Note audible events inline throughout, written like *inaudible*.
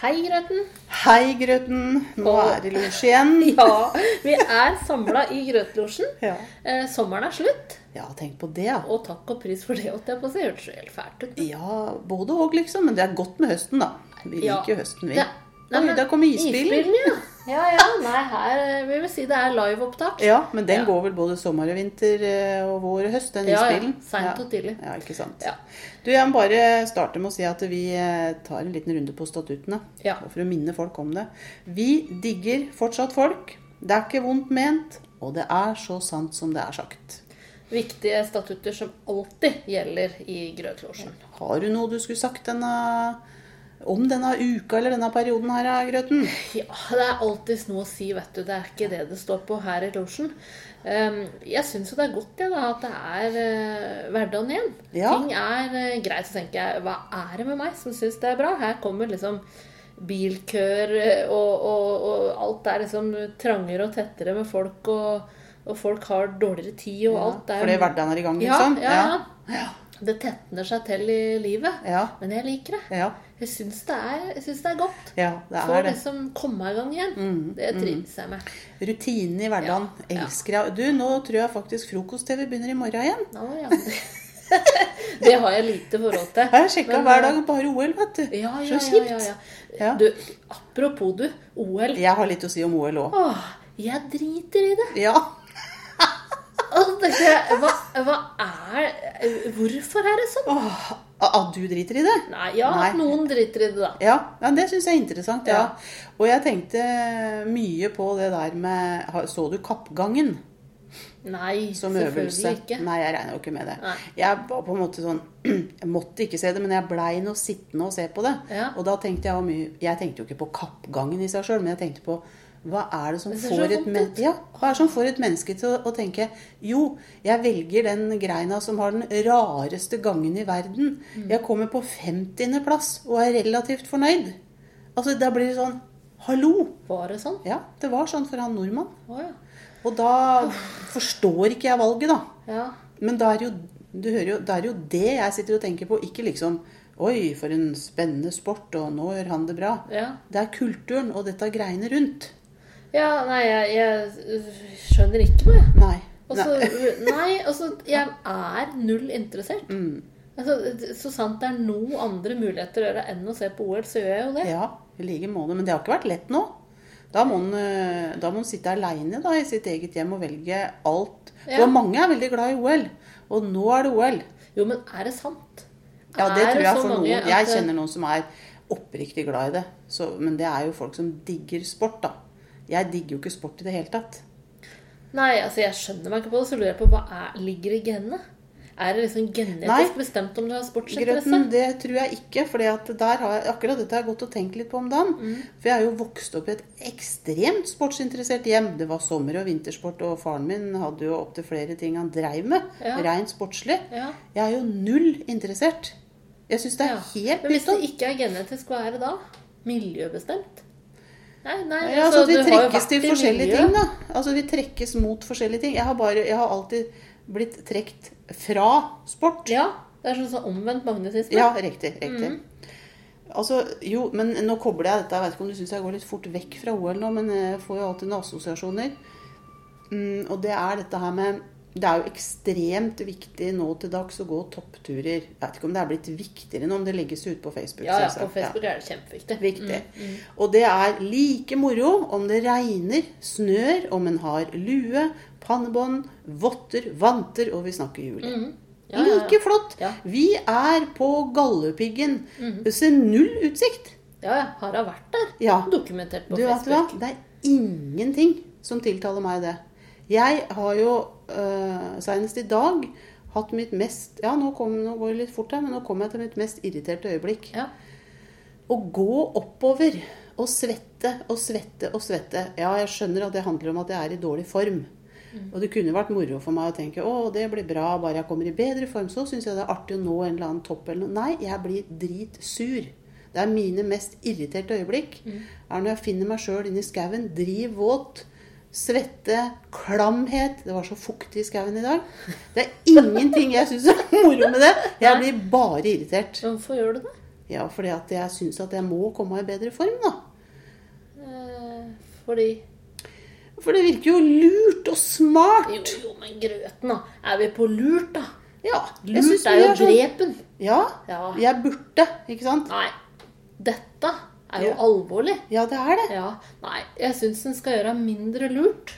Hei, Grøten. *laughs* Hei, Grøten. Nå Og- er det lunsj igjen. *laughs* Ja, vi er samla i Grøtlosjen. Ja. Eh, sommeren er slutt, ja, tenk på det. ja. og takk og pris for det. holdt jeg på å si. Hørtes jo helt fælt ut. Ja, både og, liksom. Men det er godt med høsten, da. Vi Ja. liker jo høsten, vi. Det- Nei, Oi, men- der kommer isbilen. Isbilen, ja. ja, ja. Nei, her eh, vi vil si det er liveopptak. Ja, men den Ja. går vel både sommer og vinter eh, og vår og høst, den Ja, ja. isbilen. Sent og tidlig. Ja, ikke sant. Ja. Du, jeg må bare starte med å si at vi eh, tar en liten runde på statuttene. Ja. Og for å minne folk om det. Vi digger fortsatt folk. Det er ikke vondt ment. Og det er så sant som det er sagt. Viktige statutter som alltid gjelder i Grøtlosjen. Har du noe du skulle sagt denne, om denne uka eller denne perioden her, ja, Grøten? Ja, det er alltids noe å si, vet du. Det er ikke det det står på her i losjen. Ehm, jeg syns jo det er godt det da, at det er eh, hverdagen igjen. Ja. Ting er eh, greit. Så tenker jeg, hva er det med meg som syns det er bra? Her kommer liksom bilkøer, eh, og, og, og alt er liksom trangere og tettere med folk, og, og folk har dårligere tid, og alt er Fordi hverdagen er i gang, ja, liksom? ja, ja. Det tetner seg til i livet. Ja. Men jeg liker det. Ja. Jeg syns det, er- jeg syns det er godt. ja det Få er det. Mm. liksom komme i gang igjen. det trives jeg med. Rutinen i hverdagen. Ja, ja. Elsker jeg. Du, nå tror jeg faktisk frokost-TV begynner i morgen igjen. Nå, ja. *laughs* det har jeg lite forhold til. Har jeg sjekka Men, hver dag bare OL, vet du. Ja, ja, ja, Så ja, kjipt. ja. Ja. Du, apropos du, OL. Jeg har litt å si om OL òg. Åh, jeg driter i det. Ja. Og så tenker jeg, hva, hva er Hvorfor er det sånn? Åh, at du driter i det? Nei, ja, Nei. noen driter i det, da. Ja, ja det syns jeg er interessant. Ja. Ja. Og jeg tenkte mye på det der med har- Så du Kappgangen? Nei, som øvelse. selvfølgelig ikke. Nei, jeg regner jo ikke med det. Nei. Jeg var på en måte sånn *clears throat* Jeg måtte ikke se det, men jeg blei nå sittende og se på det. Ja. Og da tenkte jeg hvor mye Jeg tenkte jo ikke på kappgangen i seg sjøl, men jeg tenkte på hva er, det som Det ser så får et vondt men ut. ja, hva er det som får et menneske til å, å tenke Jo, jeg velger den greina som har den rareste gangen i verden. Mm. Jeg kommer på 50. plass og er relativt fornøyd. Altså, da blir det sånn Hallo! Var det sånn? Ja, det var sånn for han nordmann. Å ja. Og da forstår ikke jeg valget, da. ja. Men da er jo, du hører jo, det er jo det jeg sitter og tenker på. Ikke liksom Oi, for en spennende sport, og nå gjør han det bra. Ja. Det er kulturen og dette greiene rundt. Ja, nei, jeg, jeg skjønner ikke noe, jeg. Nei. Og nei. Mm. så, *laughs* nei, altså, jeg er null interessert. Altså, så sant det er noen andre muligheter å gjøre enn å se på OL, så gjør jeg jo det. Ja, i like måte. Men det har ikke vært lett nå. Da må en, øh, da må en sitte aleine i sitt eget hjem og velge alt. Ja. For mange er veldig glad i OL. Og nå er det OL. Jo, men er det sant? Ja, det Er tror så jeg for mange noen. at- eh, Jeg kjenner noen som er oppriktig glad i det. Så, men det er jo folk som digger sport, da. Jeg digger jo ikke sport i det hele tatt. Nei, altså, jeg skjønner meg ikke på det, så lurer jeg på hva er, ligger i genene? Er det liksom genetisk Nei. bestemt om du har sportsinteresse? Grøten, det tror jeg ikke. For der har jeg, akkurat dette har jeg gått og tenkt litt på om dagen. Mm. For jeg er jo vokst opp i et ekstremt sportsinteressert hjem. Det var sommer- og vintersport, og faren min hadde jo opptil flere ting han dreiv med. Ja. Rent sportslig. Ja. Jeg er jo null interessert. Jeg syns det er Ja. helt Men hvis pyton. det ikke er genetisk, hva er det da? Miljøbestemt? Nei, nei, Ja, altså, du vi har jo trekkes vært til i forskjellige miljø. ting, da. Altså, vi trekkes mot forskjellige ting. Jeg har, bare, jeg har alltid blitt trukket fra sport. Ja, det er sånn sånn omvendt magnetisme. Ja, riktig. riktig. Mm. Altså, jo, men nå kobler jeg dette. Jeg vet ikke om du syns jeg går litt fort vekk fra OL nå, men jeg får jo alltid noen assosiasjoner. Mm, og det er dette her med Det er jo ekstremt viktig nå til dags å gå toppturer. Jeg vet ikke om det er blitt viktigere nå, om det legges ut på Facebook. Ja, ja, på selvsagt. Facebook Mm, er det kjempeviktig. Viktig. Og det er like moro om det regner, snør, om en har lue, pannebånd, votter, vanter, og vi snakker juli. Mm. Ja, ja, ja. Like flott. Ja. Mhm. Vi er på Galdhøpiggen. Det Ser null utsikt. Ja, jeg har da vært der. Ja. Dokumentert på Du vet du hva, Facebook. det er ingenting som tiltaler meg det. Jeg har jo øh, senest i dag hatt mitt mest Ja, nå, kom, nå går det litt fort her, men nå kom jeg til mitt mest irriterte øyeblikk. Ja. Å gå oppover og svette og svette og svette. Ja, jeg skjønner at det handler om at jeg er i dårlig form. Og det kunne vært moro for meg å tenke å, det blir bra, bare jeg kommer i bedre form, så syns jeg det er artig å nå en eller annen topp eller noe. Nei, jeg blir dritsur. Det er mine mest irriterte øyeblikk. er når jeg finner meg sjøl inne i skauen, drivvåt, svette, klamhet. Det var så fuktig i skauen i dag. Det er ingenting jeg syns er moro med det. Jeg blir bare irritert. Men Hvorfor gjør du det? Ja, fordi at jeg syns at jeg må komme i bedre form, da. Eh, Fordi For det virker jo lurt og smart. Jo, jo, men grøten, da. Er vi på lurt, da? Ja, jeg synes Lurt vi er jo sånn- drepen. Ja, Ja. jeg burde, ikke sant? Nei. Dette er jo Ja. alvorlig. Ja, det er det. Ja. Nei, jeg syns en skal gjøre mindre lurt,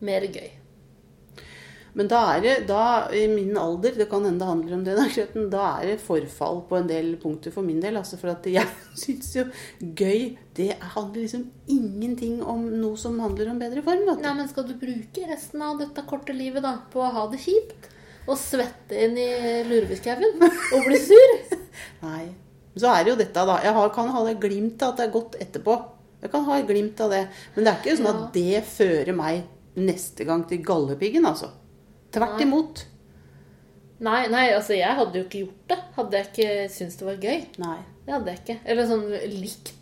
mer gøy. Men da er det, da, i min alder, det kan hende det handler om det, da, Grøten, da er det forfall på en del punkter for min del. Altså for at jeg *laughs* syns jo gøy Det handler liksom ingenting om noe som handler om bedre form. Vet du. Nei, men skal du bruke resten av dette korte livet da på å ha det kjipt? Og svette inn i lurveskauen og bli sur? Nei. Så er det jo dette, da. Jeg har, kan ha det glimt av at det er godt etterpå. Jeg kan ha et glimt av det. Men det er ikke sånn at det fører meg neste gang til gallepiggen, altså. Tvert Nei. imot. Nei, nei, altså jeg hadde jo ikke gjort det. Hadde jeg ikke syntes det var gøy. Nei. Det hadde jeg ikke. Eller sånn likt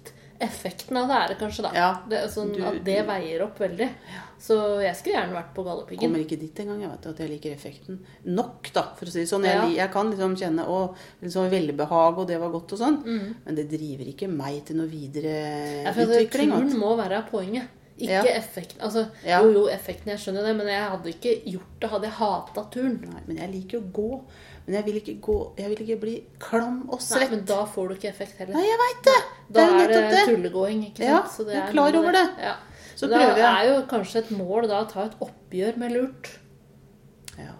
effekten av det er det kanskje, da. Ja. Det, er sånn Du- at det veier opp veldig. Så jeg skulle gjerne vært på Galdhøpiggen. Kommer ikke dit engang. Jeg vet at jeg liker effekten nok, da, for å si det sånn. Jeg, Ja. li- jeg kan liksom kjenne å, liksom velbehag, og det var godt og sånn. Men det driver ikke meg til noe videre Mm. Ja, for altså, utvikling. Turen vet du. må være poenget. Ikke Ja. effekten. Altså, Ja. Jo, jo, effekten, jeg skjønner det, men jeg hadde ikke gjort det hadde jeg hata turen. Nei, men jeg liker å gå. Men jeg vil ikke gå Jeg vil ikke bli klam Nei, og svett. men da får du ikke effekt heller. Nei, jeg veit det! Da det er jo er det nettopp det. tullegåing, ikke sant? Ja, Så det jeg noe er klar med over det. Ja. Så Men prøver Det jeg. er jo kanskje et mål da å ta et oppgjør med lurt. Ja.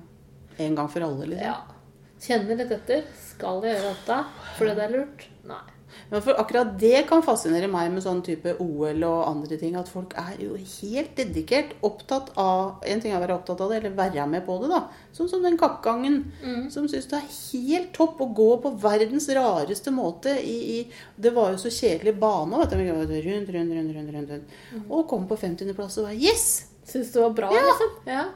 En gang for alle, liksom. Ja. Kjenne litt etter. Skal jeg gjøre dette fordi det er lurt? Nei. Men for akkurat det kan fascinere meg med sånn type OL og andre ting. At folk er jo helt dedikert opptatt av En ting er å være opptatt av det, eller være med på det, da. Sånn som den kappgangen. Mm. Som syns det er helt topp å gå på verdens rareste måte i, i Det var jo så kjedelig bane. Vet du, men det var rundt, rundt, rundt, rundt, rundt, rundt. Mm. Og kom på 50.-plass og var Yes! Syns det var bra, liksom? Ja.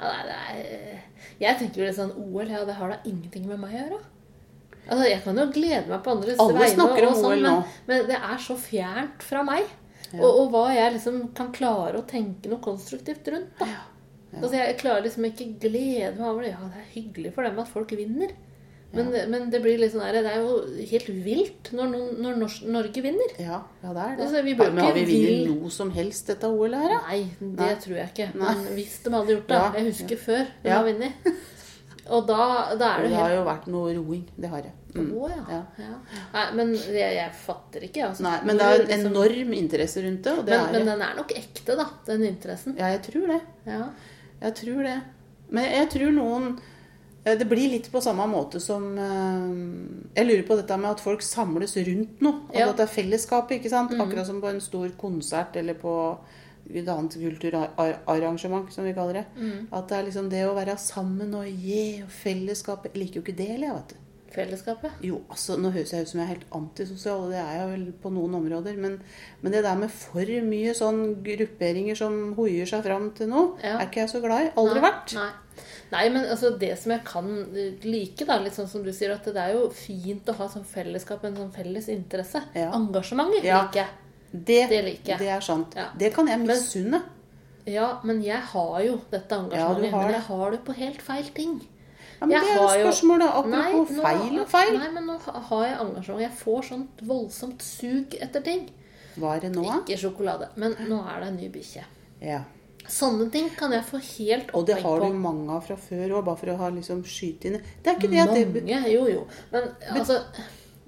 ja nei, det er, eh, jeg tenker jo litt sånn OL, ja, det har da ingenting med meg å gjøre. Altså, Jeg kan jo glede meg på andres Alle snakker om og sånn, OL nå. men, men det er så fjernt fra meg. Og, og hva jeg liksom kan klare å tenke noe konstruktivt rundt. da. Altså, Jeg klarer liksom ikke glede meg over det. Ja, det er hyggelig for dem at folk vinner. Men, men det blir litt sånn her, det er jo helt vilt når, noen- når Nors- Norge vinner. Ja, ja det er det. Altså, vi bør Ja, men har vi ikke vunnet vil- noe som helst dette OL her, da? Nei, det Nei. tror jeg ikke. Nei. Men hvis de hadde gjort det Ja. Jeg husker før de Ja. har vunnet. Og da, da er det Det jo har helt Mm. jo vært noe roing. Det har det. Å ja. Ja. ja. Nei, men jeg, jeg fatter ikke. Altså. Nei, men det er en Liksom- enorm interesse rundt det, og det men, er men den er nok ekte, da. Den interessen. Ja, jeg tror det. Ja. Jeg tror det. Men jeg tror noen eh, Det blir litt på samme måte som eh, Jeg lurer på dette med at folk samles rundt noe. Altså Ja. At det er fellesskapet, ikke sant? Akkurat som på en stor konsert eller på et annet kulturarrangement, som vi kaller det. At det er liksom det å være sammen og yeah, og fellesskapet Jeg liker jo ikke det, eller jeg, vet du. Fellesskapet. Jo, altså, Nå høres jeg ut som jeg er helt antisosial, og det er jeg vel på noen områder. Men, men det der med for mye sånn grupperinger som hoier seg fram til noe, Ja. er ikke jeg så glad i. Aldri Nei, vært. Nei. Nei, men altså, det som jeg kan eh, like, da, litt sånn som du sier, at det er jo fint å ha sånn fellesskap, en sånn felles interesse. Ja. Engasjementet Ja. liker jeg. Det, Det liker jeg. det er sant. Ja. Det kan jeg misunne. Ja, men jeg har jo dette Ja, du engasjementet. har men det. jeg har det på helt feil ting. Ja, men Jeg det er jo har jo- spørsmålet. Apropos Nei, nå- feil og feil. Nei, men nå ha- har jeg engasjement. Jeg får sånt voldsomt sug etter ting. Hva er det nå, da? Ikke sjokolade, men nå er det en ny bikkje. Ja. Sånne ting kan jeg få helt Og det opplegg har på. du mange av fra før òg, bare for å ha liksom skyte inn Det er ikke det at det be- Mange. Jo, jo. Men altså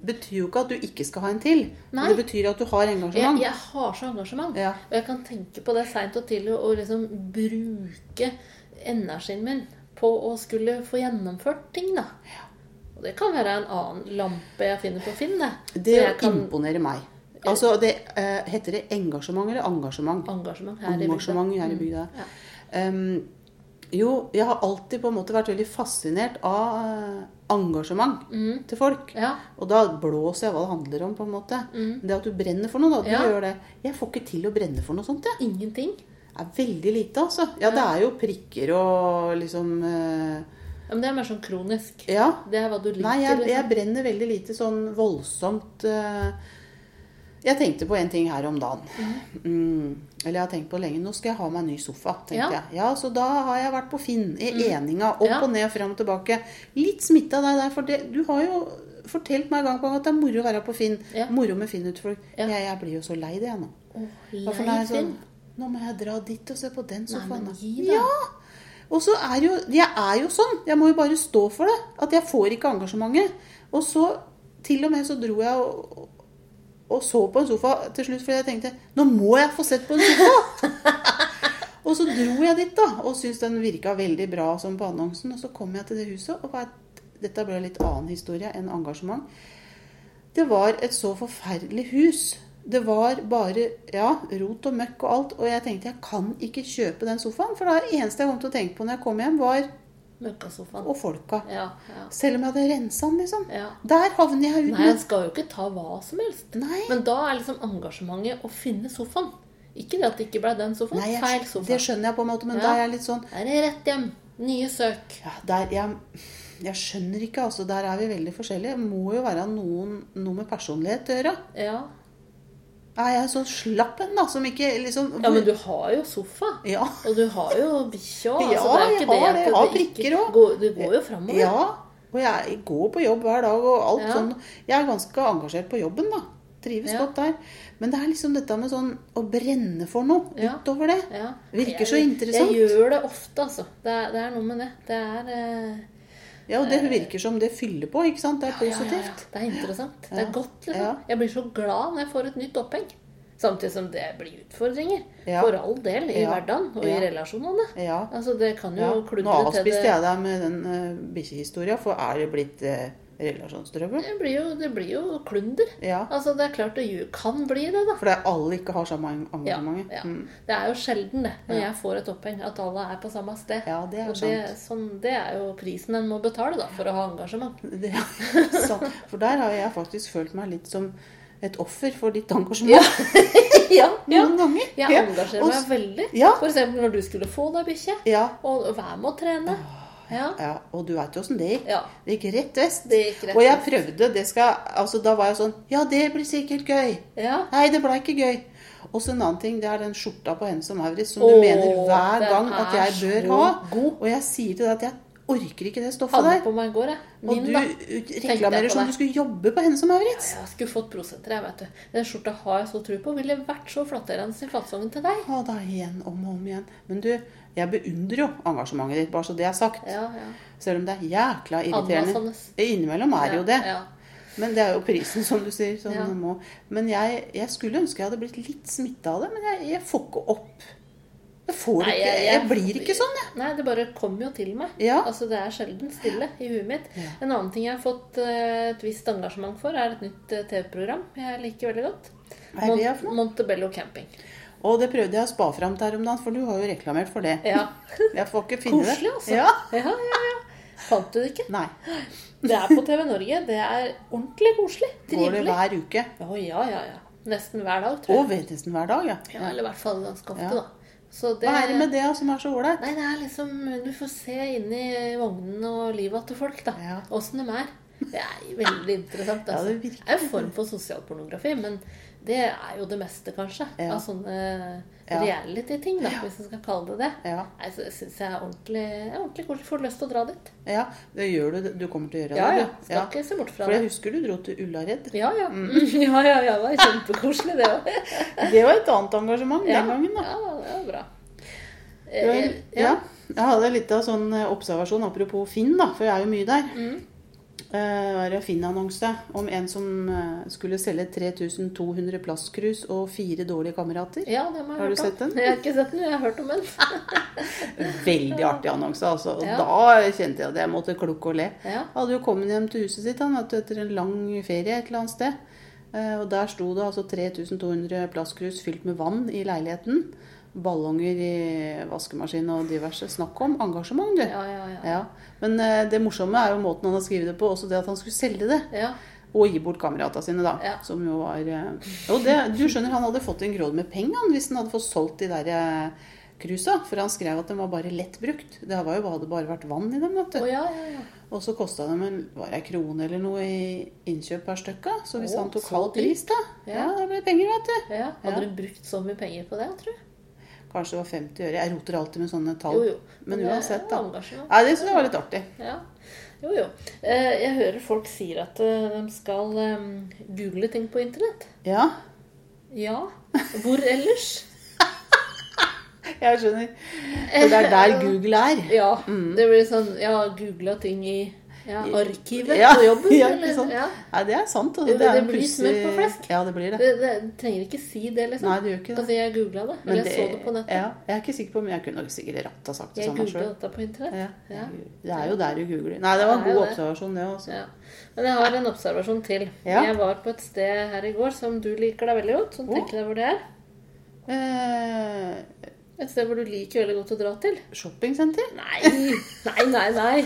betyr jo ikke at du ikke skal ha en til. Nei. Det betyr at du har jeg, engasjement. jeg har så engasjement. Ja. Og jeg kan tenke på det seint og tidlig og liksom bruke energien min på å skulle få gjennomført ting, da. Og det kan være en annen lampe jeg finner på Finn, det. Det Så jeg kan imponerer meg. Altså, det, eh, heter det engasjement eller engasjement? engasjement her i bygda. Mm. Engasjement her i bygda. Um, jo, jeg har alltid på en måte vært veldig fascinert av eh, engasjement til folk. Mm. Ja. Mm. Og da blåser jeg hva det handler om, på en måte. Det at du brenner for noe, da. Du Ja. gjør det. Jeg får ikke til å brenne for noe sånt, jeg. Ingenting. Det er veldig lite, altså. Ja, det er jo prikker og liksom eh, Ja, men det er mer sånn kronisk. Ja. Det er hva du liker. Nei, jeg, liksom. jeg brenner veldig lite sånn voldsomt eh, Jeg tenkte på en ting her om dagen. Mhm. Mm, eller jeg har tenkt på lenge. Nå skal jeg ha meg en ny sofa, tenkte Ja. Mhm. jeg. Ja, Så da har jeg vært på Finn i Eninga. Opp Ja. og ned og fram og tilbake. Litt smitta deg der, for det, du har jo fortalt meg gang på gang at det er moro å være på Finn. Ja. Moro med Finn-utflukt. Ja. Jeg, jeg blir jo så lei det, jeg nå. Åh, Ja, for nå er jeg Leifin. sånn, Nå må jeg dra dit og se på den Nei, sofaen. men da. gi deg. ja! Og så er jo Jeg er jo sånn. Jeg må jo bare stå for det. At jeg får ikke engasjementet. Og så til og med så dro jeg og, og så på en sofa til slutt fordi jeg tenkte Nå må jeg få sett på en sofa! *laughs* og så dro jeg dit, da. Og syntes den virka veldig bra som på annonsen. Og så kom jeg til det huset, og var, dette ble en litt annen historie enn engasjement. Det var et så forferdelig hus. Det var bare ja, rot og møkk og alt. Og jeg tenkte jeg kan ikke kjøpe den sofaen. For det eneste jeg kom til å tenke på når jeg kom hjem, var Møkkasofaen. og folka. Ja, ja, Selv om jeg hadde rensa den, liksom. ja. Der havner jeg Nei, altså, en uten skal jo ikke ta hva som helst. Nei. Men da er liksom engasjementet å finne sofaen. Ikke det at det ikke ble den sofaen. Nei, jeg, Feil det sofa. skjønner jeg på en måte, men Ja. da er jeg litt sånn Der er det rett hjem. Nye søk. ja, der, jeg, jeg skjønner ikke, altså. Der er vi veldig forskjellige. Det må jo være noen, noe med personlighet å gjøre. Ja. Er jeg så slapp en, da, som ikke liksom ja, men du har jo sofa. Ja. Og du har jo bikkje òg. Ja, altså, det er jo jeg ikke det har at det. Jeg har ikke prikker også. går- Det går jo framover. Ja, og jeg går på jobb hver dag og alt Ja. sånn. Jeg er ganske engasjert på jobben, da. Trives Ja. godt der. Men det er liksom dette med sånn å brenne for noe Ja. utover det. Ja. Virker Jeg- så interessant. Jeg gjør det ofte, altså. Det er, det er noe med det. Det er eh, Ja, og det virker som det fyller på, ikke sant? Det er ja, ja, ja, ja. positivt. Det er interessant. Det Ja. er godt, liksom. Ja. Jeg blir så glad når jeg får et nytt oppheng. Samtidig som det blir utfordringer. Ja. For all del. I Ja. hverdagen og i Ja. relasjonene. Ja. Altså, det kan jo ja. Nå kludre til avspiste det. jeg deg med den uh, bikkjehistoria, for er det blitt eh, relasjonstrøbbel? Det blir, jo, det blir jo klunder. Ja. Altså, det er klart det ju- kan bli det, da. For det er alle ikke har samme en- Ja, engasjement. ja. Mm. Det er jo sjelden, det, når Ja. jeg får et oppheng, at alle er på samme sted. ja, det er Og jo det, sant. sånn, det er jo prisen en må betale da, for å ha engasjement. *laughs* Det er sant. For der har jeg faktisk følt meg litt som et offer for ditt engasjement ja, ja. noen ganger. Jeg engasjerer Og meg s- veldig. Ja, For eksempel når du skulle få deg bikkje, ja, og være med å trene. Ja, ja. Og du vet jo åssen det gikk. ja. Det gikk rett vest. Det gikk rett Og jeg vest. prøvde. Det skal, altså, da var jeg sånn Ja, det blir sikkert gøy. ja. Nei, det ble ikke gøy. Og så en annen ting, det er den skjorta på henne som Auris, som Åh, du mener hver den gang at jeg er så bør ha. Og jeg sier til deg at jeg orker ikke det stoffet Hadde der. på meg i går, jeg. Og Min, du da. reklamerer på som deg. du skulle jobbe på henne som Maurits. Jeg skulle fått prosenter, jeg, vet du. Den skjorta har jeg så tro på. Ville vært så flatterende i fasongen til deg. Å, da igjen, om og om igjen. Men du, jeg beundrer jo engasjementet ditt, bare så det er sagt. Ja, ja. Selv om det er jækla irriterende. Anmasandes. Innimellom er det jo det. Ja, Men det er jo prisen, som du sier. Sånn, Ja. må. Men jeg, jeg skulle ønske jeg hadde blitt litt smitta av det, men jeg, jeg får ikke opp. Jeg, får Nei, ikke, jeg- jeg, jeg- blir ikke sånn, jeg. ja. Nei, det bare kom jo til meg. Ja. Altså, Det er sjelden stille i huet mitt. Ja. En annen ting jeg har fått eh, et visst engasjement for, er et nytt eh, TV-program jeg liker veldig godt. Hva er det for noe? Montebello camping. Og det prøvde jeg å spa fram til her om dagen, for du har jo reklamert for det. *laughs* Ja. Jeg får ikke finne det. Koselig, altså. Ja. ja, ja, ja. Fant du det ikke? Nei. Det er på TV Norge. Det er ordentlig koselig. Går det Trivelig. hver uke? Å, ja, ja, ja. Nesten hver dag, tror jeg. Og ved- nesten hver dag, ja. Ja, eller i hvert fall ganske ofte, Ja. da. Så det, Hva er det med det da, som er så ålreit? Nei, det er liksom Du får se inn i vognene og livet til folk, da. Ja. Åssen de er. Det er veldig interessant. Ja, Altså. det virker det er en form for sosialpornografi, men det er jo det meste, kanskje, Ja. av sånne Ja. reality-ting, da, hvis en skal kalle det det. Ja, Nei, så syns jeg er ordentlig, jeg er ordentlig koselig. Får lyst til å dra dit. ja, det gjør du. Du kommer til å gjøre det. Ja, du. ja. Skal ikke se bort fra For jeg det. husker du dro til Ullared. Ja, ja. Mm. *laughs* ja, ja, ja. Det var kjempekoselig, det òg. Det var et annet engasjement Ja. den gangen, da. Ja, det var bra. Det var, Eh, ja. Jeg hadde litt av sånn eh, observasjon apropos Finn, da, for jeg er jo mye der. mm. Eh, var det Finn-annonse om en som eh, skulle selge 3200 plastkrus og fire dårlige kamerater. Ja, den har jeg Har du hørt om. sett den? Jeg har ikke sett den, jeg har hørt om den. Veldig artig annonse, altså. Og Ja. da kjente jeg at jeg måtte klukke og le. Ja. Hadde jo kommet hjem til huset sitt han, vet du, etter en lang ferie et eller annet sted. Eh, Og der sto det altså 3200 plastkrus fylt med vann i leiligheten. Ballonger i vaskemaskin og diverse. Snakk om engasjement, du. Ja, ja, ja. Ja. Men eh, det morsomme er jo måten han har skrevet det på, også det at han skulle selge det. ja. Og gi bort kamerata sine, da. Ja. Som jo var eh, Og det, du skjønner, han hadde fått en gråd med penger han, hvis han hadde fått solgt de der eh, krusa. For han skrev at de var bare lett brukt. Det var jo, hadde bare vært vann i dem, vet du. Å, ja, ja, ja. Og så kosta det en, var det en krone eller noe i innkjøp per stykke. Så hvis Å, han tok så halv pris, da, Ja. ja. da ble det penger, vet du. ja. Hadde Ja. du brukt så mye penger på det, tror jeg? Kanskje det var 50 øre. Jeg roter alltid med sånne tall. Jo, jo. Men det er uansett, da. engasjement. Nei, det syns jeg var litt artig. Ja. Jo, jo. Eh, Jeg hører folk sier at eh, de skal eh, google ting på internett. Ja, Ja. Hvor ellers? jeg skjønner. For det er der Google Mm. er. *laughs* Ja. Det blir sånn Ja, googla ting i ja, arkivet Ja, på jobben. *laughs* ja, eller- ikke sant? ja. Nei, det er sant. og Det- er det jo blir plutselig- smør på flesk. Ja, det blir det. Det, det trenger ikke si det, liksom. Nei, det gjør ikke Kan det. si jeg googla det. Eller jeg så det på nettet. Ja, jeg er ikke sikker på om jeg kunne nok sikkert ratt ha sagt det Jeg samme googla sjøl. dette på internett. Ja. Ja. Det er jo der du googler. Nei, det var en Det er god det. observasjon, det også. Ja. Men jeg har en observasjon til. Ja. Jeg var på et sted her i går som du liker deg veldig godt. Som tenker deg hvor det er. Eh, Et sted hvor du liker veldig godt å dra til. Shoppingsenter? *laughs* Nei, nei, nei. nei.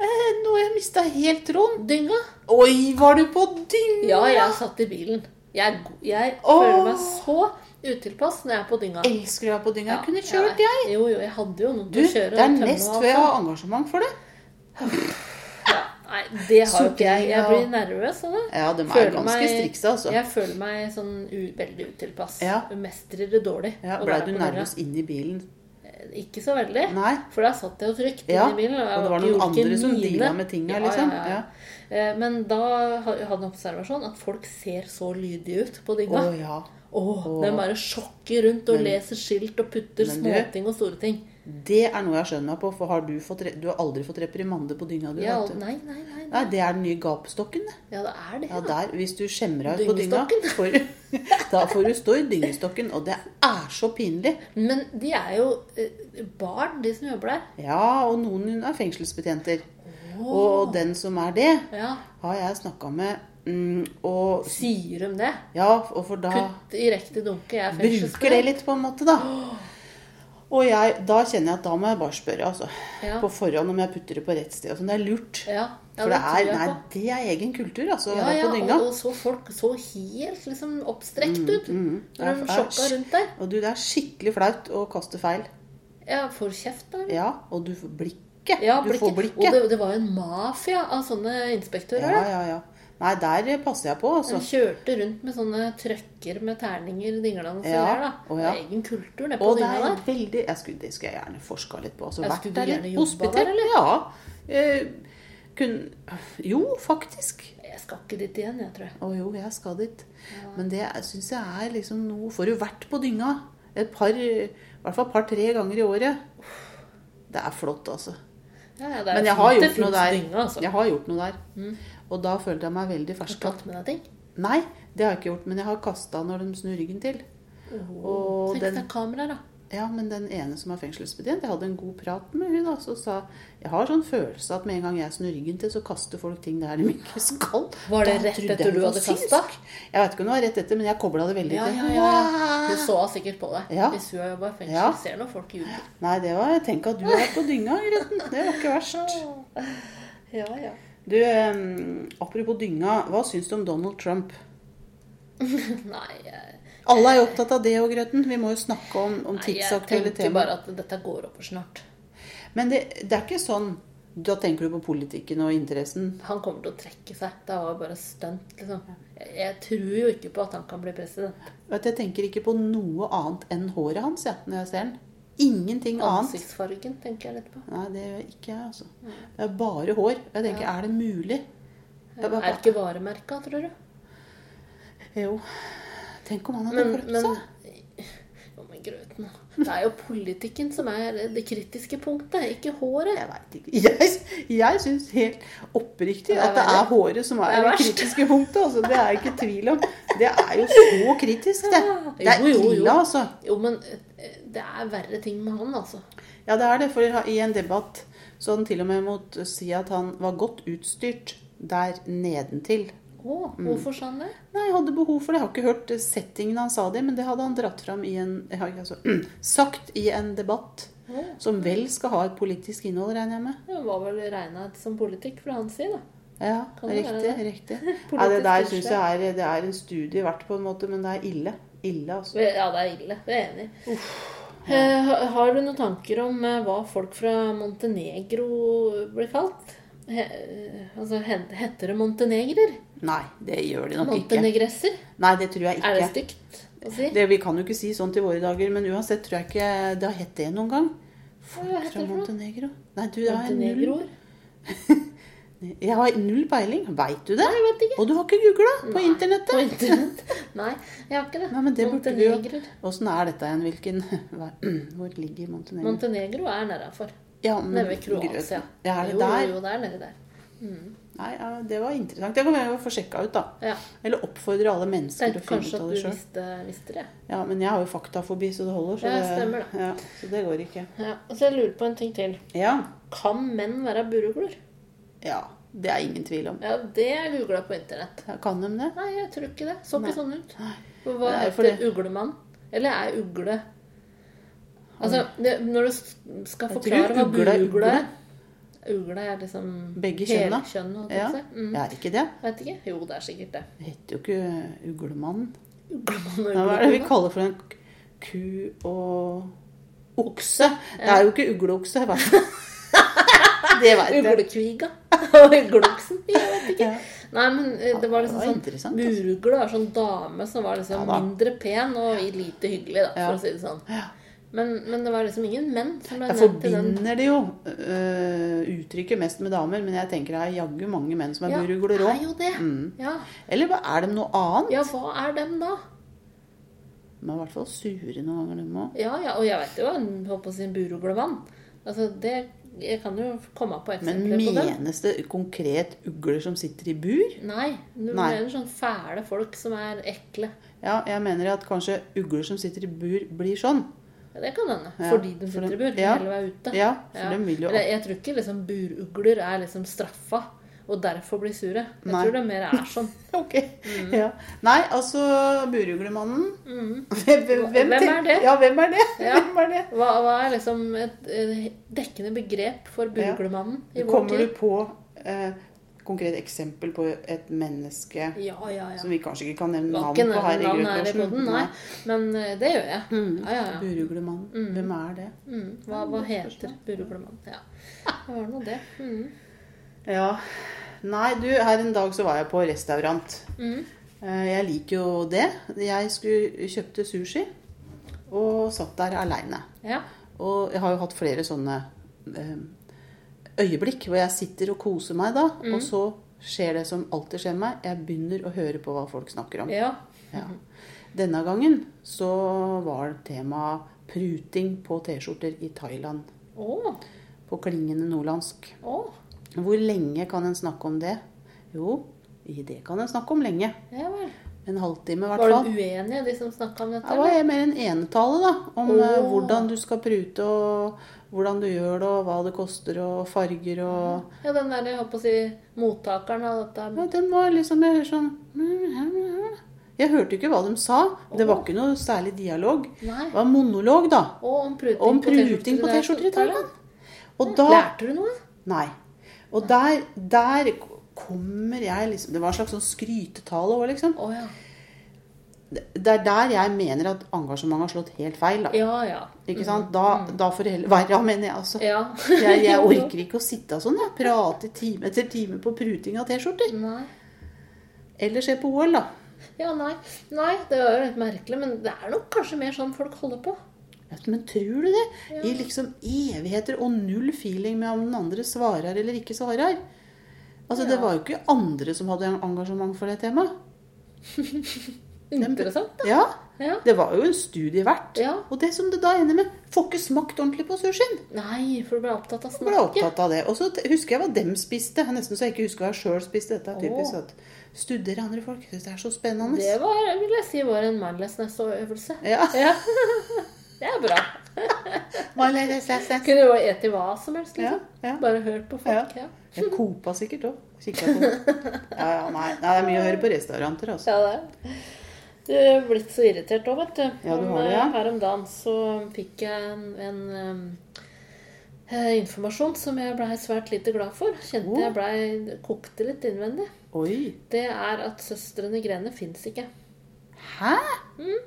Eh, nå har jeg mista helt tråden. Dynga. Oi, var du på dynga? Ja, jeg satt i bilen. Jeg, er go- jeg Åh. føler meg så utilpass når jeg er på dynga. Elsker å være på dynga. Ja, jeg kunne kjørt, jeg. Jo, jo, jeg hadde jo noen Du, til å kjøre. det er og tømme nest og før jeg alt har engasjement for det. sånt. ja, Nei, det har jo ikke jeg. Jeg Sortering, blir ja. nervøs av det. Ja, de er Føler ganske meg- strikse, altså. Jeg føler meg sånn u veldig utilpass. Ja. Mestrer det dårlig. Ja, å Blei være du på dynga. nervøs inni bilen? Ikke så veldig. Nei. For da satt jeg og trykte Ja, inn i bilen. jeg og det var gjorde noen ikke andre som mine. deala med tinga, liksom. Eh, Men da ha- jeg hadde en observasjon at folk ser så lydige ut på Å dynga. ja. Åh, De bare sjokker rundt og leser skilt og putter Men du- småting og store ting. Det er noe jeg skjønner meg på, for har du, fått re du har aldri fått reprimande på dynga du? Ja, vet du. nei, nei, nei, nei. Nei, det er den nye gapestokken. det. Ja, det er det. Ja, Ja. der, Hvis du skjemmer deg ut på dynga, Dyngestokken. får- da får du *laughs* stå i dyngestokken. Og det er så pinlig. Men de er jo eh, barn, de som jobber der. Ja, og noen er fengselsbetjenter. Og den som er det, Ja, har jeg snakka med. Mm, og, Sier de det? ja, og for da Kutt i riktig dunke. Jeg er bruker det litt, på en måte, da. Og jeg, da kjenner jeg at da må jeg bare spørre, altså. Ja. På forhånd om jeg putter det på rett sted. Og sånn, det er lurt. Ja, ja, For det det tror er, jeg nei, på. det er egen kultur, altså. å Ja, være ja, på og, dynga. og så folk så helt liksom oppstrekt ut. mm, Ja, Når for de det er sjokka sk- rundt der. Og du, det er skikkelig flaut å kaste feil. Ja, får kjeft da. Ja, og du får blikket. Ja, du får Og blikket. det, det var jo en mafia av sånne inspektører. Ja, da. ja, ja. Nei, der passer jeg på, altså. De kjørte rundt med sånne trøkker med terninger dinglende og Ja, greier. da. å Det ja. er egen kultur nede på Og det dynga er der. veldig jeg skulle, Det skulle jeg gjerne forska litt på. Altså, Jeg vært skulle der gjerne litt, jobba hospitert. der, eller? Ja. Eh, kun, jo, faktisk. Jeg skal ikke dit igjen, jeg tror jeg. Å jo, jeg skal dit. Men det syns jeg er liksom noe Får du vært på dynga et par, i hvert fall par-tre ganger i året? Det er flott, altså. Ja, ja, det er Men jeg fint har det gjort noe finnes der. Dynga, altså. Mm. Jeg har gjort noe der. Og da følte jeg meg veldig Har du fersk. tatt med deg ting? Nei, det har jeg ikke gjort, men jeg har kasta når de snur ryggen til. Og Tenk den- deg kamera, da. Ja, men den ene som er fengselsbetjent, jeg hadde en god prat med hun da, så sa jeg har sånn følelse at med en gang jeg snur ryggen til, så kaster folk ting der de ikke *laughs* skal. Var det Da rett trodde jeg etter hun du var hadde synsk. kastet? Jeg vet ikke om det var rett etter, men jeg kobla det veldig Ja, til. ja, ja. ja. Du så sikkert på deg. Ja. Hvis hun har jobba i fengsel, Ja. ser nå folk ljuge. *laughs* Nei, det var Tenk at du var på dynga, Grøten. Det var ikke verst. Ja, ja. *laughs* Du, eh, apropos dynga, hva syns du om Donald Trump? Nei, jeg, Alle er jo opptatt av det òg, Grøten. Vi må jo snakke om, om nei, jeg tidsaktuelle tenker temaer. bare at dette går over snart. Men det, det er ikke sånn Da tenker du på politikken og interessen. Han kommer til å trekke seg. Det var bare stunt, liksom. Jeg, jeg tror jo ikke på at han kan bli president. Vet du, jeg tenker ikke på noe annet enn håret hans jeg, når jeg ser den. Ingenting annet. Ansiktsfargen tenker jeg litt på. Nei, det gjør ikke jeg, altså. Det er bare hår. Jeg tenker, er det mulig? Jeg Er bare, det ikke varemerka, tror du? jo. Tenk om han hadde Men, kløpt men seg. Å, men *laughs* grøten da. Det er jo politikken som er det kritiske punktet, ikke håret. Jeg vet ikke. *laughs* Jeg, jeg syns helt oppriktig Det er at det er verre. håret som er Det er det verst. kritiske punktet. Altså, det er jeg ikke i tvil om. Det er jo så kritisk, det. Det er Jo, jo, jo. ille, altså. Jo, men eh, det er verre ting med han, altså. Ja, det er det. For i en debatt så han til og med måtte si at han var godt utstyrt der nedentil. Å, hvorfor sa han det? Nei, jeg hadde behov for det. Jeg har ikke hørt settingen han sa det, men det hadde han dratt fram i en jeg har ikke, altså, *clears throat* Sagt i en debatt som vel skal ha et politisk innhold, regner jeg med. Det var vel regna som politikk fra hans side, da. Ja, Kan det riktig. være *laughs* riktig. Ja, det der syns jeg er, det er en studie verdt, på en måte, men det er ille. Ille, altså. Ja, det er ille. Det er jeg enig. i. Eh, ha- Har du noen tanker om eh, hva folk fra Montenegro blir kalt? He, eh, altså, hen- heter det montenegrer? Nei, det gjør de nok ikke. Montenegresser? Nei, det tror jeg Er det ikke. stygt å si? Det, vi kan jo ikke si sånt i våre dager, men uansett tror jeg ikke det har hett det noen gang. Hva Folk heter fra det for noe? Montenegro Nei, du, det er null Montenegroer? Jeg har null peiling. Veit du det? Nei, jeg vet ikke. Og du har ikke googla på Nei, På internettet? internett. *laughs* Nei, jeg har ikke det. Nei, men det burde du jo. Montenegro. Åssen er dette igjen? Hvilken *clears throat* Hvor ligger Montenegro? Montenegro er nedafor. ja, men- Nede ved Kroatia. Ja, er det jo, der? Jo, jo, det er nedi der. Mm. Nei, ja, det var interessant. Det kan jeg jo få sjekka ut, da. Ja. Eller oppfordre alle mennesker til Tenkte å finne ut kanskje av at det du sjøl. visste, visste det. Ja, men jeg har jo faktafobi, så det holder. Så Ja, det, stemmer det. Ja, så det går ikke. Ja, og så jeg lurer på en ting til. Ja. Kan menn være burugler? ja. Det er ingen tvil om. Ja, det er googla på internett. Kan de det? Nei, jeg tror ikke det. Så ikke Nei. sånn ut. Nei. For Hva Det er jo heter fordi- uglemann? Eller er ugle Altså, det, når du s- skal Jeg forklare tror hva ugle er burugle er Ugle er liksom Begge kjønna. helkjønn, holdt jeg Ja. på å si. Mm. Er ikke det? Vet ikke. Jo, det er sikkert det. Det heter jo ikke Uglemannen. Uglemann og Nei, Hva er det vi uglemann. kaller for en k- ku og okse? Det er jo ikke ugleokse. i hvert fall. *laughs* Det veit jeg. Uglekviga *laughs* og ugloksen. Jeg vet ikke. Ja. Nei, men eh, det var liksom Det var interessant, sånn altså. Burugle var sånn dame som var liksom Ja da. mindre pen og i lite hyggelig, da, for Ja. å si det sånn. Ja. Men, men det var liksom ingen menn som ble Jeg nevnt i den. forbinder det jo øh, uttrykket mest med damer, men jeg tenker det er jaggu mange menn som er Ja, burugler det òg. er jo det. Mm. Ja. Eller hva- er de noe annet? ja, hva er dem da? De er i hvert fall sure noen ganger, de òg. Ja, ja, og jeg vet jo hva en holdt på å si en buruglevann. Altså, det Jeg kan jo komme på Men eksempler på dem. menes det konkret ugler som sitter i bur? Nei. Du Nei. mener sånn fæle folk som er ekle. Ja, jeg mener at kanskje ugler som sitter i bur, blir sånn. Ja, det kan hende. Ja, Fordi de for sitter i de- bur. ja. Heller være ute. Ja, for Ja. de vil jo Men jeg, jeg tror ikke liksom burugler er liksom straffa og derfor blir sure. Jeg Nei. tror det mer er sånn. *laughs* Ok. Ja. Nei, altså Buruglemannen *laughs* Mm. hvem, Hvem er tenk- det? Ja, hvem er det? Ja. *laughs* Hvem er det? Hva, hva er liksom et, eh, dekkende begrep for buruglemannen i vår Kommer du tid? på eh, konkret eksempel på et menneske Ja, ja, ja. som vi kanskje ikke kan nevne Var navn ikke på her i navnet her i Grøtåsen? podden, nei. Men eh, det gjør jeg. Ja, ja, ja. Buruglemannen. Mm. Hvem er det? Mm. Hva, hva Godt heter spørsmål. buruglemannen? Ja, det var nå det. Mm. Ja. Nei, du, her en dag så var jeg på restaurant. Mm. Eh, Jeg liker jo det. Jeg skulle, kjøpte sushi og satt der aleine. Ja. Og jeg har jo hatt flere sånne eh, øyeblikk hvor jeg sitter og koser meg da, Mm. og så skjer det som alltid skjer meg. Jeg begynner å høre på hva folk snakker om. ja. Ja. Denne gangen så var temaet pruting på T-skjorter i Thailand. Å. På klingende nordlandsk. Å. Hvor lenge kan en snakke om det? Jo, i det kan en snakke om lenge. Ja vel. En halvtime i hvert Var fall. de uenige, de som snakka om dette? Det var eller? mer en enetale da, om Åh. eh, hvordan du skal prute, og hvordan du gjør det, og hva det koster, og farger og Ja, den der, jeg holdt på å si, mottakeren av dette. ja, Den var liksom mer sånn Jeg hørte jo ikke hva de sa. Det var ikke noe særlig dialog. Nei. Det var monolog, da. Og om pruting, Om på pruting på der T-skjorter i Thailand. Og Da... da Lærte du noe? Nei. Og der, der kommer jeg liksom Det var en slags sånn skrytetale òg, liksom. Å ja. Det er der jeg mener at engasjementet har slått helt feil, da. Ja ja. Mm. Ikke sant? Da, da får det heller være, mener jeg, altså. ja. Jeg, jeg orker ikke å sitte sånn og prate time etter time på pruting av T-skjorter. *laughs* Nei. Eller se på OL, da. Ja, nei. Nei, det var jo litt merkelig, men det er nok kanskje mer sånn folk holder på. Ja, Men tror du det? Ja. I liksom evigheter og null feeling med om den andre svarer eller ikke svarer. Altså, Det Ja. var jo ikke andre som hadde engasjement for det temaet. Interessant. Ja, sånn. Ja. Det var jo en studie verdt. Ja. Og det som det da ender med Får ikke smakt ordentlig på sushien. Nei, for du ble opptatt av Jeg ble snakket. opptatt av det. Og så t- husker jeg hva dem spiste. Nesten så jeg ikke husker hva jeg sjøl spiste. Dette er typisk Åh. at studere andre folk. Jeg synes det er så spennende. Det var, vil jeg si, var en mindlessness-øvelse. *laughs* Ja. Ja. Det er bra. Kunne jo ete hva som helst, Ja, liksom. ja. Bare hørt på folk. Ja, Jeg kopa sikkert òg. Kikka på *laughs* ja, ja, nei. nei, det er mye å høre på restauranter, altså. Ja, det er. Du er blitt så irritert òg, vet du. Ja, du Om, har det, eh, ja. Her om dagen så fikk jeg en, en eh, eh, informasjon som jeg blei svært lite glad for. Kjente Oh. jeg blei kokte litt innvendig. Oi. Det er at Søstrene Grene fins ikke. Hæ? De,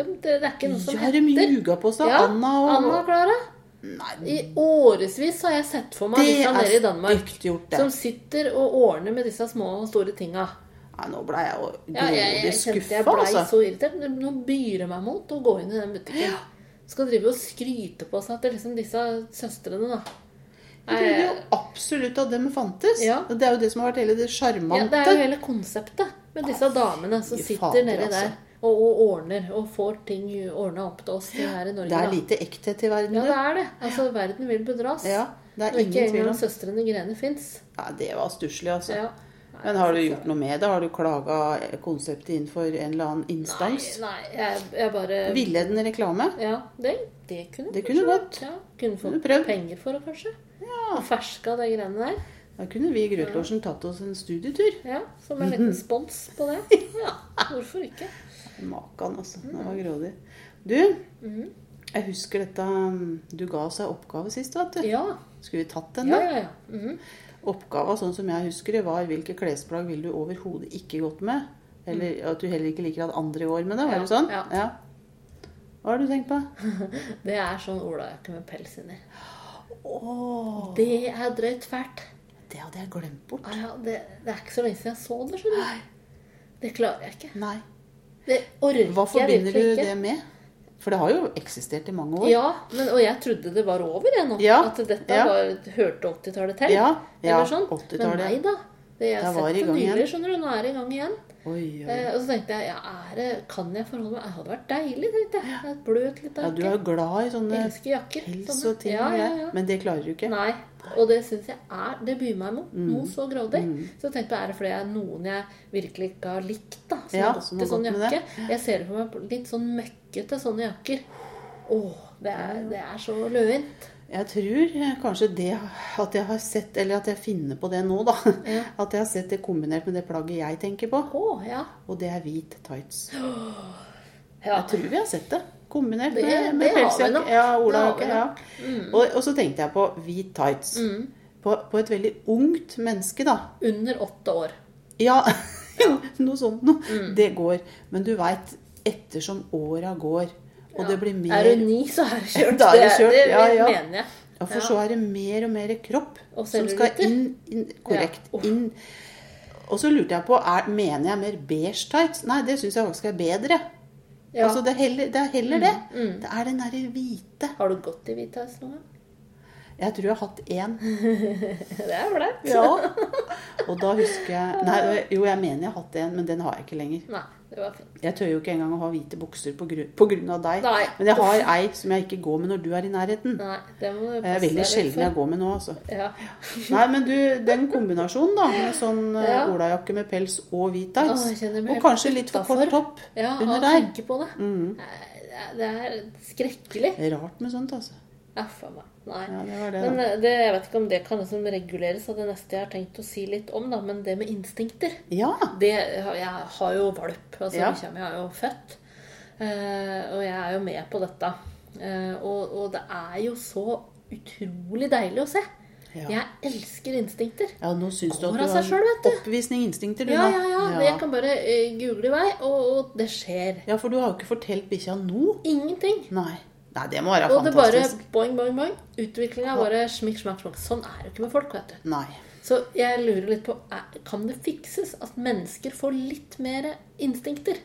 det, det er ikke noe som Har de heter ljuga på seg? Ja, Anna og Anna og Klara. Nei, I årevis har jeg sett for meg det disse er nede i Danmark. stygt gjort, det. Som sitter og ordner med disse små og store tinga. Nei, nå ble jeg jo Ja, jeg, grådig jeg kjente jeg skuffa, blei altså. så irritert. Men Nå byr det meg mot å gå inn i den butikken. Skal drive og skryte på seg til liksom disse søstrene, da. Jeg trodde jo absolutt at dem fantes. Ja. Og Det er jo det som har vært hele det Ja, sjarmante. det er jo hele konseptet med disse damene som fy sitter fader, nedi altså. der og, og ordner og får ting ordna opp til oss til her i Norge. Det er da. lite ekthet i verden. Ja, du. det er det. Altså, verden vil bedras. Ja, det er Når ikke ingen tvil engang om. søstrene Grene fins. Nei, det var stusslig, altså. Ja. Men har du gjort noe med det? Har du klaga konseptet innenfor en eller annen Nei, instans? nei jeg, jeg bare Villedende reklame? Ja, det, det kunne Det kanskje kunne gått. vært. Ja, kunne Kunne fått prøvd. penger for det, kanskje. Ja. Ferska de greiene der. Da kunne vi i Grøtlosjen tatt oss en studietur. Ja, Som en Mhm. liten spons på *laughs* det. Ja, Hvorfor ikke? Makan, altså. Det var grådig. Du, Mhm. jeg husker dette um, Du ga oss ei oppgave sist, vet du. Ja, Skulle vi tatt den, ja, da? ja. ja. Mhm. Oppgava, sånn som jeg husker det, var hvilke klesplagg vil du overhodet ikke gått med? Eller at du heller ikke liker at andre går med det? Mm. Var Ja, det sånn? ja. Hva har du tenkt på? Det er sånn olajakke med pels inni. Åh, Det er drøyt fælt. det hadde jeg glemt bort. Ah, ja, det, det er ikke så lenge siden jeg så det, skjønner du. Det klarer jeg ikke. Nei. Det orker Hva jeg forbinder virkelig du ikke. det med? For det har jo eksistert i mange år. Ja, men, og jeg trodde det var over, jeg nå. Ja, At dette ja. var, hørte 80-tallet til. ja, ja, eller sånn. Men 80-tallet. nei da. Det, jeg Da har var sett det i det gang igjen. nylig, skjønner du. Nå er det i gang igjen. Oi, oi. Eh, og så tenkte jeg ja, er det, kan jeg forholde meg Det hadde vært deilig, tenkte jeg. Det er et bløt lite Ja, du er jo glad i sånne Jeg elsker jakker. pels sånne. og ting, ja, ja, og greier, ja. men Mm. det klarer du ikke. Nei. Og det syns jeg er Det byr meg mot mot så grådig. Så jeg tenkte, er det fordi jeg er noen jeg virkelig ikke har likt, da? Som Ja, har gått som har i sånn gått med jakke. Jeg ser det for meg på litt sånn møkkete sånne jakker. Åh, det er, det er så løvint. Jeg tror eh, kanskje det at jeg har sett, eller at jeg finner på det nå, da. Ja. *laughs* At jeg har sett det kombinert med det plagget jeg tenker på, Å, ja. og det er hvit tights. ja. Jeg tror vi har sett det kombinert Det- med, det med har vi pelsjakke. nok. Ja, Det olajakke. Ja. har Mm. Og, og så tenkte jeg på hvit tights. På, på et veldig ungt menneske, da. Under åtte år. Ja, *laughs* noe sånt noe. Mm. Det går. Men du veit, ettersom åra går, og Ja. det blir mer Er du ni, så er det kjørt. Da er det kjørt, det, ja, ja. mener jeg. Ja, for så er det mer og mer kropp Og som skal cellulitter. inn, inn Korrekt. Ja. Uff. Inn. Og så lurte jeg på er, Mener jeg mer beige tights? Nei, det syns jeg faktisk er bedre. Ja. Mm, Altså, det er heller det. Er heller det. det er den derre hvite. Har du gått i hvithaus noen gang? Jeg tror jeg har hatt én. *laughs* Det er flaut. Ja. Og da husker jeg Nei, jo, jeg mener jeg har hatt én, men den har jeg ikke lenger. Nei, det var fint. Jeg tør jo ikke engang å ha hvite bukser på grunn, på grunn av deg. Nei. Men jeg har ei som jeg ikke går med når du er i nærheten. Nei, det må du Det er passe deg veldig litt sjelden jeg går med nå, altså. for. Ja. Nei, men du, den kombinasjonen da, med sånn eh, Ja. olajakke med pels og hvit Åh, tights, jeg kjenner meg helt og kanskje litt for utenfor. kort topp Ja, under å der. Mm. tenke på det. Det er- Det er skrekkelig. Rart med sånt, altså. Ja, faen meg. Nei. Ja, det var det. Men da. eh, det, jeg vet ikke om det kan liksom reguleres av det neste jeg har tenkt å si litt om, da. Men det med instinkter Ja, det, har- Jeg har jo valp. Altså, Ja. Bikkja mi er jo født. Eh, og jeg er jo med på dette. Eh, og, og det er jo så utrolig deilig å se. Ja. Jeg elsker instinkter. ja, nå syns du Går at av du seg selv, vet du. oppvisning instinkter, du Ja, da. ja, ja. men Jeg kan bare eh, google i vei, og, og det skjer. Ja, for du har jo ikke fortalt bikkja nå. Ingenting. Nei. Nei, det må være Og det bare fantastisk. boing, boing, boing. Utviklinga bare smikk, smakk, smakk. Sånn er det ikke med folk, vet du. Nei. Så jeg lurer litt på er- Kan det fikses at mennesker får litt mer *laughs* instinkter?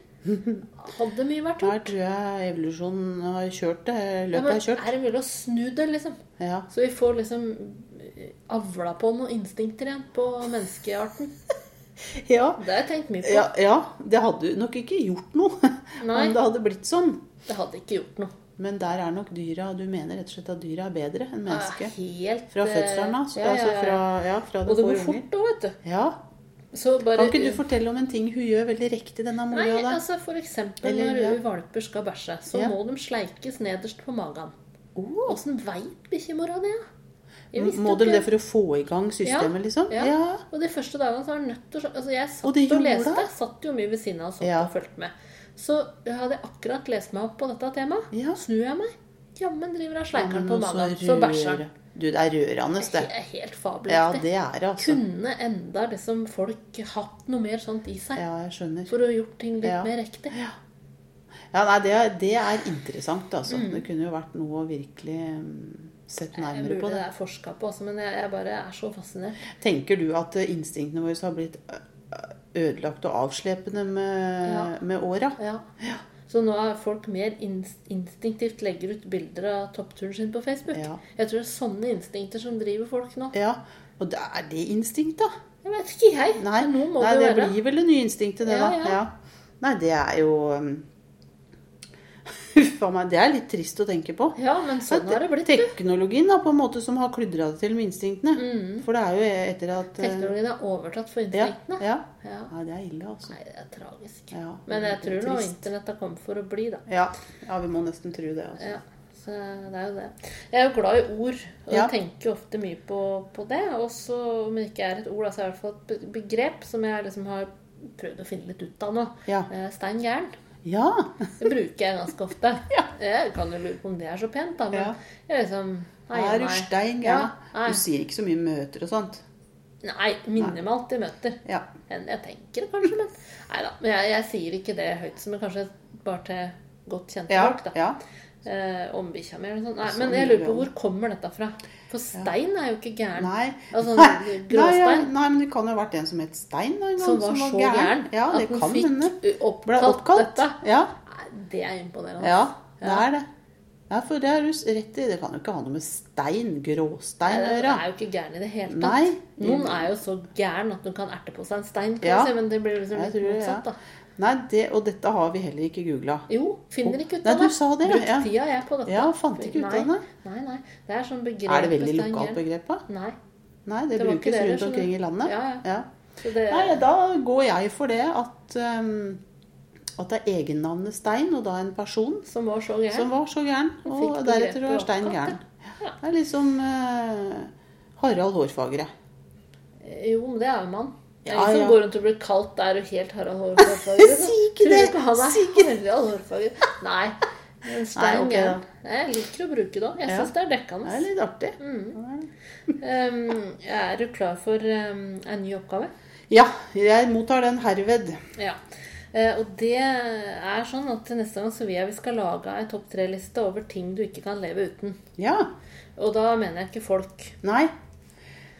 Hadde mye vært gjort. Her tror jeg evolusjonen har kjørt det. Ja, Løpet men er kjørt. Er det mulig å snu det, liksom? Ja. Så vi får liksom eh, avla på noen instinkter igjen på menneskearten. Ja. Det har jeg tenkt mye på. Ja, ja, det hadde nok ikke gjort noe *laughs* Nei. om det hadde blitt sånn. Det hadde ikke gjort noe. Men der er nok dyra Du mener rett og slett at dyra er bedre Det er enn mennesket? Helt Fra eh, fødselen av? så- Ja, ja, Altså ja. fra, ja, fra Og du det får går unger? fort òg, vet du. Ja. Så bare Kan ikke du fortelle om en ting hun gjør veldig riktig, denne mora Nei, da? altså for eksempel Eller, når ja. valper skal bæsje, så Ja. må de sleikes nederst på magen. Å, Åssen veit bikkjemora det? da? Jeg visste må jo de ikke. det for å få i gang systemet, liksom? Ja. Ja. Og de første dagene så var jeg nødt til å sl- Altså, jeg Og satt det og, gjorde leste. det? Satt jo mye ved siden av og satt Ja. og fulgte med. Så hadde jeg akkurat lest meg opp på dette temaet. Ja. Snur jeg meg, jammen driver jeg og Ja, sleiker den men altså, på også magen. Så bæsjer han. røre- Du, det er rørende, Det det. er helt Ja, fabelaktig. det er det, altså. Kunne enda liksom folk hatt noe mer sånt i seg? Ja, jeg skjønner. For å ha gjort ting litt Ja. mer riktig? Ja, nei, det er, det er interessant, altså. Mm. Det kunne jo vært noe å virkelig mm, sett Jeg nærmere lurer på. det det. er forska på også, men jeg, jeg bare er så fascinert. Tenker du at eh, instinktene våre har blitt eh, ødelagt og avslepende med, med åra? Ja. Så nå er folk mer inst instinktivt legger ut bilder av toppturen sin på Facebook. Ja. Jeg tror det er sånne instinkter som driver folk nå. Ja, og da er det instinkt, da. Jeg vet ikke, jeg. Nei, Men noe må nei det det jo være. blir vel det nye instinktet, det, Ja, da. ja. Ja. Nei, det er jo um, *laughs* Huff a meg, det er litt trist å tenke på. Ja, men sånn har det blitt. du. Teknologien da, på en måte som har kludra det til med instinktene. For det er jo etter at eh, Mm. Teknologien er overtatt for ja, instinktene. ja. Ja. Nei, det er ille, altså. Nei, det er tragisk. Ja, Men jeg det er tror nå trist. internett har kommet for å bli, da. ja. ja, vi må nesten tro det. Altså. Ja, så det er jo det. Jeg er jo glad i ord, og Ja. jeg tenker jo ofte mye på, på det. Og så, om det ikke er et ord, da, så er det i hvert fall et be- begrep som jeg liksom har prøvd å finne litt ut av nå. Ja. Eh, Stein gæren. ja. Det bruker jeg ganske *laughs* ofte. Jeg kan jo lure på om det er så pent, da, men Ja. jeg er liksom Nei, Er du nei. stein Ja, gæren? nei. Du sier ikke så mye møter og sånt. Nei, minner meg alltid møter. Ja. Enn jeg tenker det kanskje, men Nei da. Men jeg, jeg sier ikke det høyt, men kanskje bare til godt kjente Ja, folk, da. ja. Eh, om bikkja mi eller noe sånt. Nei, Så men jeg lurer lurer jeg på Altså, om- hvor kommer dette fra? For stein er jo ikke gæren. Nei. Altså Nei, sånn nei, ja, gråstein. nei, men det kan jo ha vært en som het Stein da, en gang, Som var så gæren Ja, det at den kan fikk hende. u- Ble oppkalt, oppkalt. dette. Ja. Nei, det er imponerende. ja, det Ja. er det. Nei, for det er du s- rett i. Det kan jo ikke ha noe med Nei, stein, gråstein, å det gjøre. er jo ikke gæren i det hele tatt. Nei. Noen er jo så gæren at de kan erte på seg en stein, kan Ja. du si, men det blir liksom litt Jeg tror det, motsatt, da. Nei, det, og dette har vi heller ikke googla. Jo, finner ikke ut Nei, av du det. sa det, ja, Brukte ja. tida jeg på dette. Ja, fant ikke ut Nei, av det. Nei, nei. Det er sånn begrep Er det veldig med stein lokalt gæren. begrep, da? Nei. Nei, det, Det var ikke brukes det, det rundt skjønner omkring i landet. Ja, ja. Ja. Så det, Nei, da går jeg for det at, ehm, at det er egennavnet Stein, og da en person som var så gæren. som var så gæren, Han og fikk deretter begrepet var Stein oppkalt, gæren. ja. Det er liksom eh, Harald Hårfagre. Eh, Jo, men det er jo mann. Det er Ja, ingen ja. som går rundt og blir kalt der og helt Harald *laughs* Hårfagre. Si ikke det, si Harald Hårfagre. Nei. Men stein ok, gæren. Nei, Jeg liker å bruke det òg. Jeg Ja. syns det er Det dekkende. er litt artig. Mm. Um, er du klar for um, en ny oppgave? Ja, jeg mottar den herved. Ja. Eh, og det er sånn at til neste gang så vil jeg vi skal lage ei topp tre-liste over ting du ikke kan leve uten. Ja. Og da mener jeg ikke folk. Nei.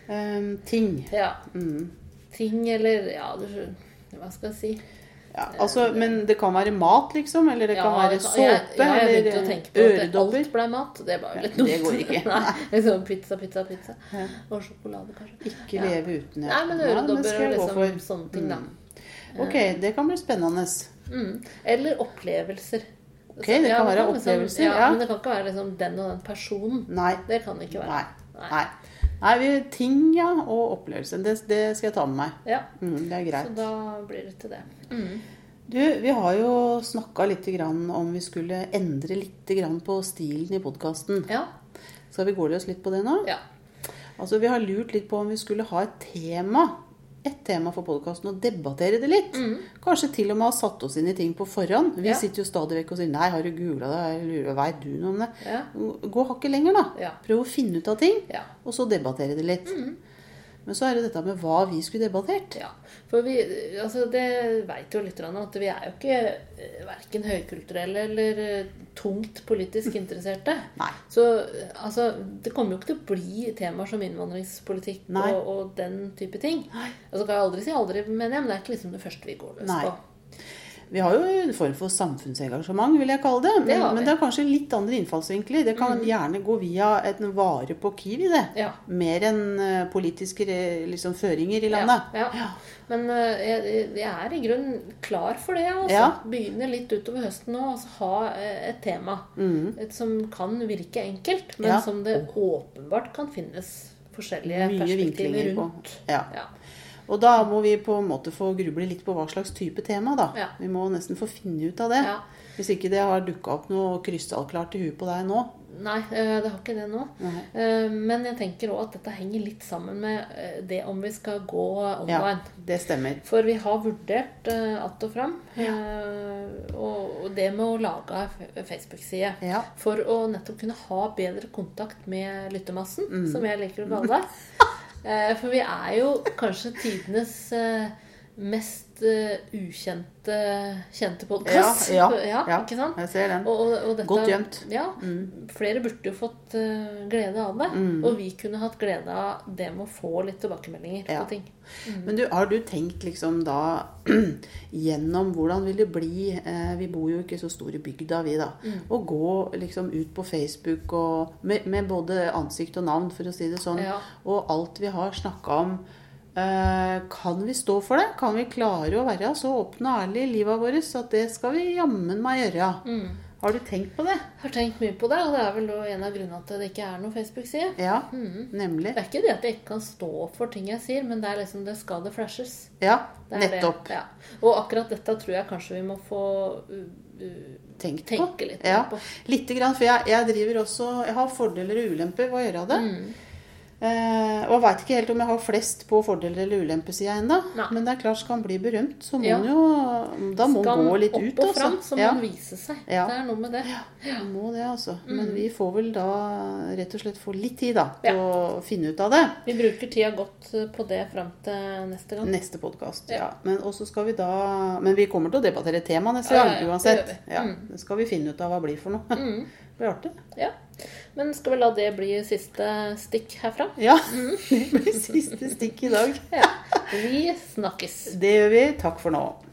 Ehm, ting. Ja. Mm. Ting eller Ja, du skjønner Hva skal jeg si? Ja, altså, men det kan være mat, liksom. Eller det Eh, kan Ja, være det kan- såpe. jeg, ja, jeg begynte å eller eh, tenke på at det øredobber. alt ble mat. Det var jo litt Ja, dumt. det går *laughs* ikke. Nei, liksom pizza, pizza, pizza. Og sjokolade, kanskje. Ikke Ja. leve uten Nei, men øredobber og jeg gå liksom sånne ting, da. for. Ok, det kan bli spennende. Mm. Eller opplevelser. Ok, det kan men være liksom- opplevelser, ja, ja. Men det kan ikke være liksom den og den personen. Nei. Det kan det ikke være. Nei. Nei. Nei vi, ting, ja, og opplevelse. Det, det skal jeg ta med meg. Ja, Mm, det er greit. så da blir det til det. Mm. Du, vi har jo snakka litt grann om vi skulle endre litt grann på stilen i podkasten. Ja. Skal vi gå løs litt på det nå? ja. Altså, Vi har lurt litt på om vi skulle ha et tema. Et tema for podkasten, og debattere det litt. Kanskje til og med ha satt oss inn i ting på forhånd. Vi Mm. Ja. sitter jo stadig vekk og sier 'nei, har du googla det', Jeg lurer, veit du noe om det? Ja. Gå hakket lenger, da. Ja. Prøv å finne ut av ting, ja. og så debattere det litt. Mm. Men så er det dette med hva vi skulle debattert. Ja, for vi, altså det vet jo lytterne at vi er jo ikke verken høykulturelle eller eh, tungt politisk interesserte. Mm. Nei. Så eh, altså, det kommer jo ikke til å bli temaer som innvandringspolitikk Nei. og, og den type ting. Altså kan jeg aldri si aldri, mener jeg, men det er ikke liksom det første vi går løs Nei. på. Vi har jo en form for samfunnsengasjement, vil jeg kalle det. Men Det det, har vi. Mm. men det er kanskje litt andre innfallsvinkler. Det kan gjerne gå via en vare på Kiwi, det. Ja. Mer enn eh, politiske eh, liksom, føringer i Ja, landet. ja. Men eh, jeg, jeg er i grunnen klar for det. jeg, Altså. Ja. Begynne litt utover høsten nå. Altså, ha eh, et tema Mm. et som kan virke enkelt, men Ja. som det åpenbart kan finnes forskjellige Mye perspektiver vinklinger på. rundt. Ja. Ja. Og da må vi på en måte få gruble litt på hva slags type tema, da. Ja. Vi må nesten få finne ut av det. Ja. Hvis ikke det har dukka opp noe krystallklart i huet på deg nå. Nei, eh, det har ikke det nå. Nei. Eh, Men jeg tenker òg at dette henger litt sammen med eh, det om vi skal gå Ja, online. det stemmer. For vi har vurdert eh, att og fram. eh, og og det med å lage ei Facebook-side. Ja. For å nettopp kunne ha bedre kontakt med lyttermassen, Mm. *laughs* som jeg liker å kalle det. Eh, for vi er jo kanskje tidenes eh, mest eh, ukjente kjente podkast. Ja, *laughs* ja, ikke sant? Jeg ser den. Og, og, og dette, Godt gjemt. Mm. Ja, Flere burde jo fått eh, glede av det. Og vi kunne hatt glede av det med å få litt tilbakemeldinger Ja. på ting. Men du, har du tenkt liksom da *clears throat* gjennom hvordan vil det bli eh, Vi bor jo ikke så store bygda, vi da. Mm. Å gå liksom ut på Facebook og med, med både ansikt og navn, for å si det sånn. Ja. Og alt vi har snakka om. eh, Kan vi stå for det? Kan vi klare å være så åpne og ærlige i livet vårt at det skal vi jammen meg gjøre? Mm. Har du tenkt på det? Har tenkt mye på det, og det er vel da en av grunnene til at det ikke er noen Facebook-side. Mm. Ja, nemlig. Det er ikke det at jeg ikke kan stå for ting jeg sier, men det er liksom det skal det flashes. Ja, Det er det. nettopp. Ja. Og akkurat dette tror jeg kanskje vi må få uh, uh, Tenkt på. tenke litt Ja, på. lite grann. For jeg, jeg driver også Jeg har fordeler og ulemper ved å gjøre det. Mm. Eh, og jeg veit ikke helt om jeg har flest på fordeler eller ulemper, sier jeg ennå. Nei. Men det er klart, skal en bli berømt, så må Ja. en jo Da må en gå litt ut, altså. opp og fram, så må ja, den vise seg. Ja. Det er noe med det. man må det, altså. Men vi får vel da rett og slett få litt tid, da, til Mm. Ja. å finne ut av det. Vi bruker tida godt uh, på det fram til neste gang. Neste podkast. Ja. Men også skal vi da Men vi kommer til å debattere tema neste Ja, gang, ja, ja, det gjør uansett. vi. Mm. Ja, det skal vi finne ut av hva blir for noe. *laughs* Det blir artig. Ja. Men skal vi la det bli siste stikk herfra? Ja. *laughs* Det blir siste stikk i dag. *laughs* Ja. Vi snakkes. Det gjør vi. Takk for nå.